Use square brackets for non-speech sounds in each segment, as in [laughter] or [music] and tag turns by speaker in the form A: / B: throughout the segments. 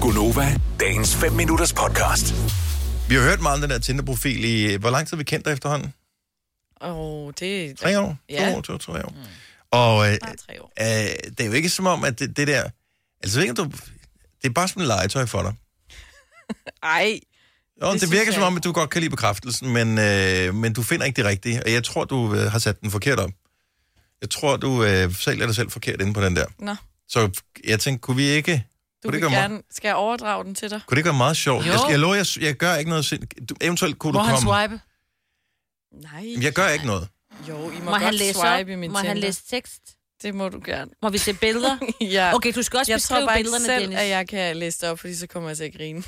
A: Gunova, dagens 5 minutters podcast.
B: Vi har hørt meget om den der Tinder-profil i... Hvor lang tid har vi kendt dig efterhånden?
C: Åh, det...
B: Tre år?
C: Ja.
B: To år, to, to år. Mm. Og øh,
C: Bare tre år.
B: øh, det er jo ikke som om, at det, det der... Altså, jeg ved ikke, om du... Det er bare sådan et legetøj for dig.
C: Ej,
B: Jo, det,
C: Det
B: det
C: synes
B: virker
C: jeg
B: som om,
C: ikke.
B: at du godt kan lide bekræftelsen, men, øh, men du finder ikke det rigtige. Og jeg tror, du øh, har sat den forkert op. Jeg tror, du øh, sælger dig selv forkert inde på den der.
C: nå.
B: Så jeg tænkte, kunne vi ikke...
C: Du
B: Kunne det
C: vil
B: gøre meget,
C: gerne... Skal jeg overdrage den til dig?
B: kunne det ikke være meget sjovt?
D: Jo.
B: Jeg, skal- jeg lover, jeg, jeg gør ikke noget... sind- Du, eventuelt kunne
D: Må
B: du
D: han
B: komme...
D: swipe?
C: Nej.
B: Jamen, Jeg gør ikke noget.
C: Jo, I må,
D: Må,
C: må
D: han
C: godt
D: læse op?
C: swipe i min
D: Må han læse tekst?
C: Det må du gerne.
D: Må vi se billeder?
C: [laughs] ja.
D: Okay, du skal også
C: Jeg tror
D: beskrive
C: bare ikke
D: billederne,
C: selv,
D: Dennis.
C: at jeg kan læse det op, fordi så kommer jeg til at grine.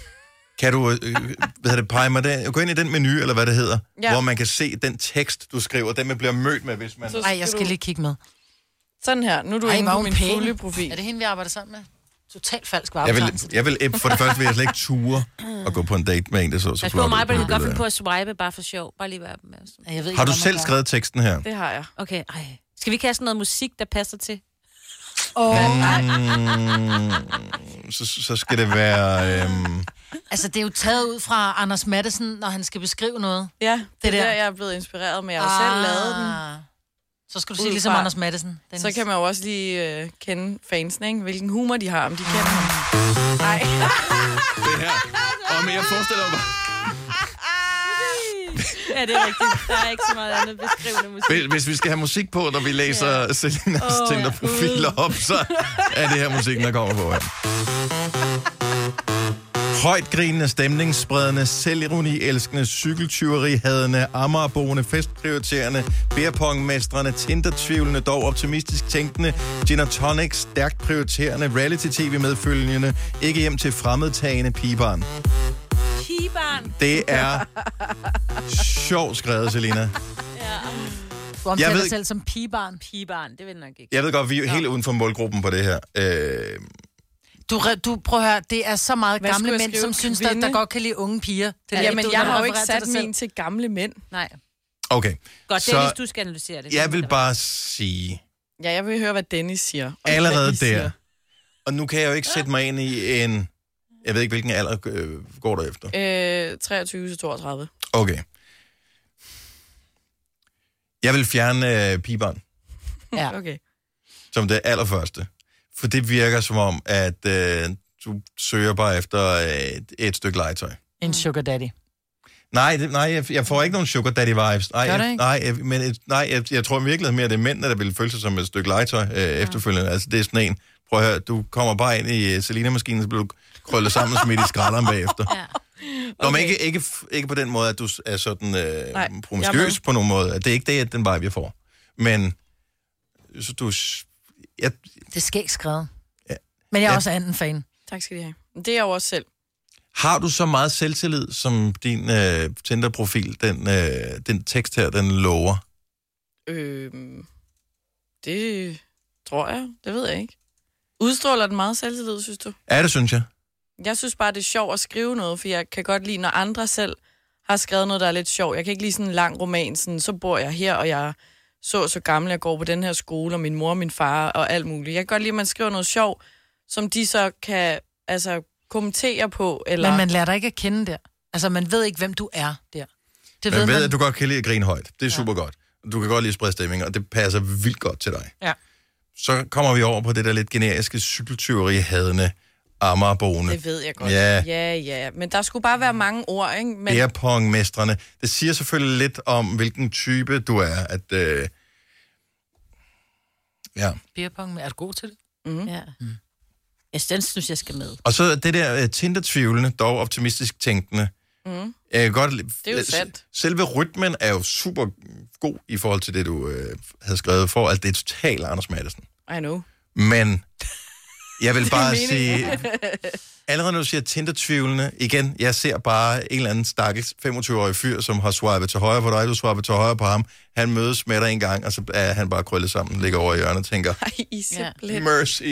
B: Kan du øh, øh, hvad hedder det, pege mig der, gå ind i den menu, eller hvad det hedder, ja.
C: Ja.
B: hvor man kan se den tekst, du skriver, den man bliver mødt med, hvis man...
C: Så-
D: Ej, jeg skal lige kigge med.
C: Sådan her. Nu er du
D: Ej,
C: inde
D: var
C: på
D: hun
C: min
D: pæn.
C: fulde
D: Er
C: profil.
D: det hende, vi arbejder sammen med? Totalt falsk
B: Jeg
D: varetagelse.
B: vil, jeg vil, eh, for det første vil jeg slet ikke ture at gå på en date med en, der så så
E: Pas på
B: ud
E: mig,
B: på
E: men
B: det
E: du kan godt
B: billede
E: finde på at swipe bare for sjov. Bare lige være opmærksom.
D: Ja, jeg ved
B: der.
D: ikke,
B: Har du
D: hvad man
B: selv
D: gør.
B: skrevet teksten her?
C: Det har jeg.
E: Okay, ej. Skal vi ikke have sådan noget musik, der passer til?
B: Så, så skal det være... Øhm,
D: Altså, det er jo taget ud fra Anders Madsen, når han skal beskrive noget.
C: Ja, det,
D: Det
C: det er
D: der. Ah.
C: der, jeg er blevet inspireret med. Jeg har selv lavet den.
D: Så skal du
C: Ud
D: sige ligesom
C: fra-
D: Anders Madsen.
C: Så kan man jo også lige øh, kende fansene, ikke? hvilken humor de har, om
D: Ah,
C: de kender ham. Nej,
F: det her. Og men jeg forestiller mig,
E: Ja, det er rigtigt. Der er ikke så meget andet beskrivende musik.
B: hvis- hvis vi skal have musik på, når vi læser ja. Selinas oh, Tinder-profiler op, så er det her musikken, der kommer på. Ja. Højt grinende, stemningsspredende, selvironi, elskende, cykeltyveri, hadende, ammerboende, festprioriterende, beerpongmestrende, tindertvivlende, dog optimistisk tænkende, gin og tonic, stærkt prioriterende, reality-tv medfølgende, ikke hjem til fremmedtagende pigebarn.
E: Pigebarn.
B: Det [laughs] er sjovt skrevet, Selina.
D: Du omtaler
B: Jeg ved
D: dig
B: ikke-
D: selv som pigebarn.
E: Pigebarn, det vil jeg nok ikke.
B: Jeg ved godt, vi er jo helt uden for målgruppen på det her. Øh,
D: Du, re- du prøv at høre, det er så meget
C: Hvad
D: gamle
C: skulle jeg
D: mænd,
C: skrive?
D: som synes, der,
C: Kvinde?
D: der godt kan lide unge piger. Det er lidt
C: jamen
D: dumt,
C: jeg
D: når du
C: har jo ikke
D: refererer
C: sat
D: til dig selv.
C: min til gamle mænd.
E: Nej.
B: okay,
E: Godt,
B: Så-
E: Dennis, du skal analysere det.
B: jeg vil bare sige,
C: Ja, jeg vil høre, hvad Dennis siger. og ikke, hvad I
B: allerede
C: siger.
B: der, og nu kan jeg jo ikke sætte mig ind i en, jeg ved ikke, hvilken alder øh, går der efter.
C: Øh, 23 til 32.
B: Okay. Jeg vil fjerne øh, pigebarn
D: Ja.
C: Okay.
B: som det allerførste, for det virker som om, at øh, du søger bare efter øh, et stykke legetøj.
D: En sugar daddy.
B: Nej, det, nej jeg, jeg får ikke nogen sugar daddy vibes. Nej,
D: Gør du
B: jeg,
D: ikke?
B: nej, jeg, men, et- nej jeg, jeg tror virkelig mere, at det er mændene, der vil føle sig som et stykke legetøj øh, efterfølgende. Altså, det er sådan en, prøv at høre, du kommer bare ind i uh, Selina-maskinen, så bliver du krøllet sammen og smidt i
C: [laughs]
B: skralderen bagefter.
E: Ja.
B: Nå, men ikke, ikke, f- ikke på den måde, at du s- er sådan
C: Nej,
B: øh,
C: jeg er
B: promiskuøs
C: med.
B: på nogen måde. Det er ikke det, at den vibe, jeg får. Men så du... s- Jeg,
D: Det skal ikke skrevet. Men jeg er
B: Ja.
D: også anden fan.
C: Tak skal I have. Men Det er jeg jo også selv.
B: har du så meget selvtillid, som din øh, Tinder-profil, den, øh, den tekst her, den lover?
C: Øh, det tror jeg. Det ved jeg ikke. Udstråler den meget selvtillid, synes du?
B: Er det, synes jeg?
C: Jeg synes bare, det er sjovt at skrive noget, for jeg kan godt lide, når andre selv har skrevet noget, der er lidt sjovt. Jeg kan ikke lide sådan en lang roman, sådan, så bor jeg her, og jeg er så og så gammel, jeg går på den her skole, og min mor og min far og alt muligt. Jeg kan godt lide, at man skriver noget sjovt, som de så kan altså, kommentere på. Eller...
D: Men man lærer dig ikke at kende der. Altså, man ved ikke, hvem du er der.
B: Men
D: Det
B: ved,
D: man.
B: at du godt kan lide at grine højt. Det er ja. super godt. Du kan godt lide at sprede stemning, og det passer vildt godt til dig.
D: Ja.
B: Så kommer vi over på det der lidt generiske cykeltyveri hadende ammerboende.
C: Det ved jeg godt.
B: Ja.
C: ja, ja. Men der skulle bare være mange ord, ikke? Men
B: Bærepongmestrene. Det siger selvfølgelig lidt om, hvilken type du er. At, øh... ja.
D: Beerpong, men er du god til det?
C: Mm.
E: Ja. Jeg synes, synes, jeg skal med.
B: Og så er det der uh, Tinder-tvivlende, dog optimistisk tænkende. Mm. Jeg kan godt, det
C: er jo sandt.
B: Selve rytmen er jo super god i forhold til det, du øh, havde skrevet for, at det er totalt Anders Madsen.
C: I know. [laughs]
B: Men jeg vil bare sige... Allerede når du siger Tinder-tvivlende, igen, jeg ser bare en eller anden stakkels 25-årig fyr, som har swipet til højre på dig, du swiper til højre på ham. Han mødes med dig en gang, og så er han bare krøllet sammen, ligger over i hjørnet og tænker,
C: Ej, I er simpelthen...
B: mercy.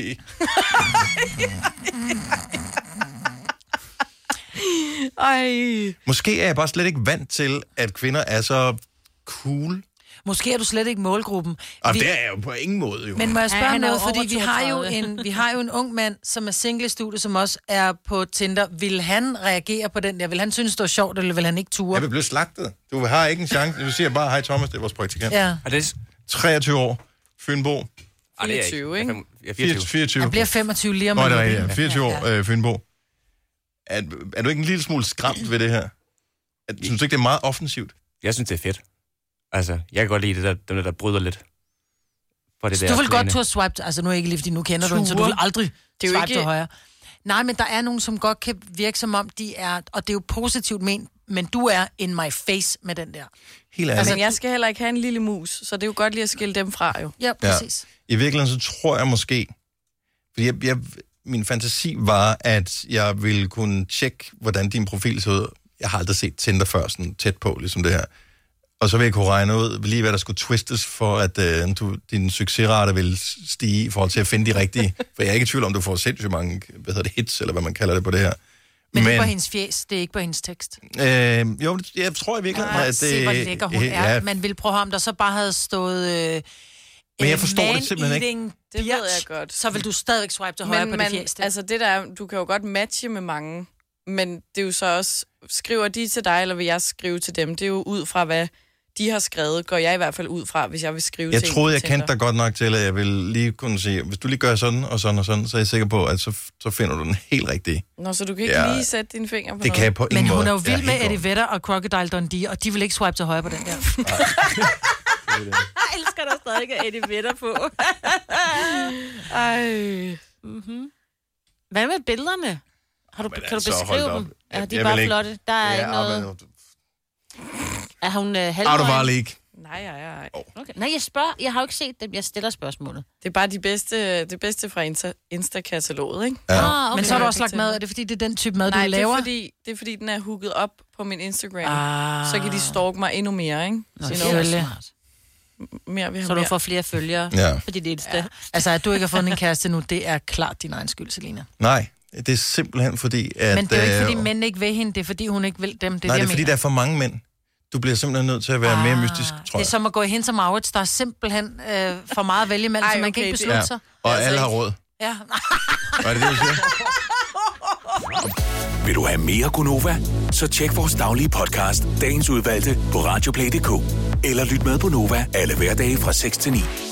C: Ej.
B: Måske er jeg bare slet ikke vant til, at kvinder er så cool
D: Måske er du slet ikke målgruppen.
B: Og det er jeg jo på ingen måde, jo.
D: Men må jeg
E: Ja,
D: spørge ja,
E: han er
D: noget,
E: jo over
D: fordi vi har, jo
E: 32.
D: en, vi har jo en ung mand, som er single i studiet, som også er på Tinder. Vil han reagere på den der? Vil han synes, det var sjovt, eller vil han ikke ture?
B: Jeg vil blive slagtet. Du har ikke en chance. Du siger bare, hej Thomas, det er vores praktikant. Ja.
D: Ja.
F: Er det...
B: 23 år, Fynbo.
F: Ej, det er jeg
C: 24, ikke?
F: Jeg
B: 24.
F: er 24.
B: 24.
D: Han bliver 25 lige om
B: Nå, det er
D: lidt,
B: rigtigt,
D: ikke?
B: ja. 24
D: Ja.
B: år, øh, Fynbo. Er, er du ikke en lille smule skræmt ved det her? Er, synes du ikke, det er meget offensivt?
F: Jeg synes, det er fedt. Altså, jeg kan godt lide det der, dem der, der bryder lidt. For det
D: Så
F: der
D: du vil godt
F: plane.
D: turde swipe, altså nu er jeg ikke lige, fordi nu kender du hende, så du
C: Ture?
D: vil aldrig
C: er jo
D: swipe ikke...
C: ikke-
D: til højre. Nej, men der er nogen, som godt kan virke som om, de er, og det er jo positivt ment, men du er in my face med den der.
B: Helt ærligt.
C: Altså, jeg skal heller ikke have en lille mus, så det er jo godt lige at skille dem fra, jo.
D: Ja, præcis.
B: I virkeligheden så tror jeg måske, fordi jeg, jeg, min fantasi var, at jeg ville kunne tjekke, hvordan din profil så ud. Jeg har aldrig set Tinder før sådan tæt på, ligesom det her. Og så ville jeg kunne regne ud lige, hvad der skulle twistes for, at øh, du, din succesrate ville stige i forhold til at finde de rigtige. For jeg er ikke i tvivl om, du får sindssygt mange hvad hedder det, hits, eller hvad man kalder det på det her.
D: Men, men det er på hendes fjes, det er ikke på hendes tekst.
B: øh, jo, det- jeg tror i virkeligheden,
D: Nej,
B: at det...
D: se, hvor lækker hun
B: øh,
D: er. Man ville prøve ham, der så bare havde stået... Øh,
B: Men jeg forstår det simpelthen ikke.
D: Det ved jeg godt. Så vil du stadigvæk swipe til højre på det fjeste. Altså,
C: altså det der, er- du kan jo godt matche med mange, men det er jo så også, skriver de til dig, eller vil jeg skrive til dem? Det er jo ud fra, hvad de har skrevet, går jeg i hvert fald ud fra, hvis jeg vil skrive
B: Jeg
C: til en
B: troede,
C: på
B: jeg kendte
C: Tinder.
B: dig godt nok til, at jeg ville lige kunne sige, hvis du lige gør sådan og sådan og sådan, så er jeg sikker på, at så, så finder du den helt rigtige.
C: Nå, så du kan ikke
B: Ja.
C: ja, lige sætte dine fingre på
B: Det
C: noget?
B: kan jeg på ingen
D: men
B: måde.
D: hun er jo
B: Jeg
D: vild med
B: helt
D: Eddie Vedder og Crocodile Dundee, og de vil ikke swipe til højre på den der.
E: Jeg elsker dig stadig at Eddie Vedder på.
C: [laughs] Ej.
E: Mhm. Hvad med billederne? Har du,
B: Men
E: kan du
B: altså,
E: beskrive
B: hold da
E: dem?
B: op.
E: Ja,
B: Jeg-
E: de
B: jeg
E: er
B: vil
E: bare
B: ikke-
E: flotte. Der er
B: god.
E: ikke noget... Er hun uh,
B: Har du
E: halvøjen?
B: bare ikke?
C: Nej, nej, nej.
E: Okay. Nej, jeg spørger. Jeg har jo ikke set dem. Jeg stiller spørgsmålet.
C: Det er bare de bedste, det bedste fra Insta- Insta-kataloget, ikke?
B: Ja.
E: Ah, okay.
D: Men så har du
C: jeg
D: også
C: kan
D: lagt
C: tænke
D: mad.
C: mig.
D: Er det, fordi det er den type mad,
C: Nej,
D: du
C: det er,
D: laver?
C: fordi, det er fordi, den er hooket op på min Instagram.
D: Ah.
C: Så kan de stalke mig endnu mere, ikke? Nå,
D: det
C: noget
D: selvfølgelig.
C: mere, vi har
E: Så du
C: mere.
E: får flere følgere
B: Ja.
E: på dit Insta. Ja.
D: Altså, at du ikke har fundet en kæreste nu, det er klart din egen skyld, Selina.
B: Nej, det er simpelthen fordi, at...
D: Men det er jo ikke,
B: øh,
D: fordi mænd ikke vil hende, det er, fordi hun ikke vil dem. Det er
B: Nej,
D: det,
B: det
D: jeg
B: er fordi, der
D: mener.
B: er for mange mænd. Du bliver simpelthen nødt til at være mere mystisk, tror
D: Ah, Det er
B: jeg.
D: som at gå i hen til Maurits, der er simpelthen øh, for meget at vælge imellem,
C: Ej,
D: så man kan
C: okay,
D: ikke
C: det-
D: beslutte sig.
B: Og
C: altså
B: alle har
C: ikke-
B: råd.
D: Ja,
B: Var det det, du
D: [laughs]
B: siger?
A: Vil du have mere Gunova? Så tjek vores daglige podcast, dagens udvalgte, på radioplay.dk. Eller lyt med på Nova alle hverdage fra 6 til 9.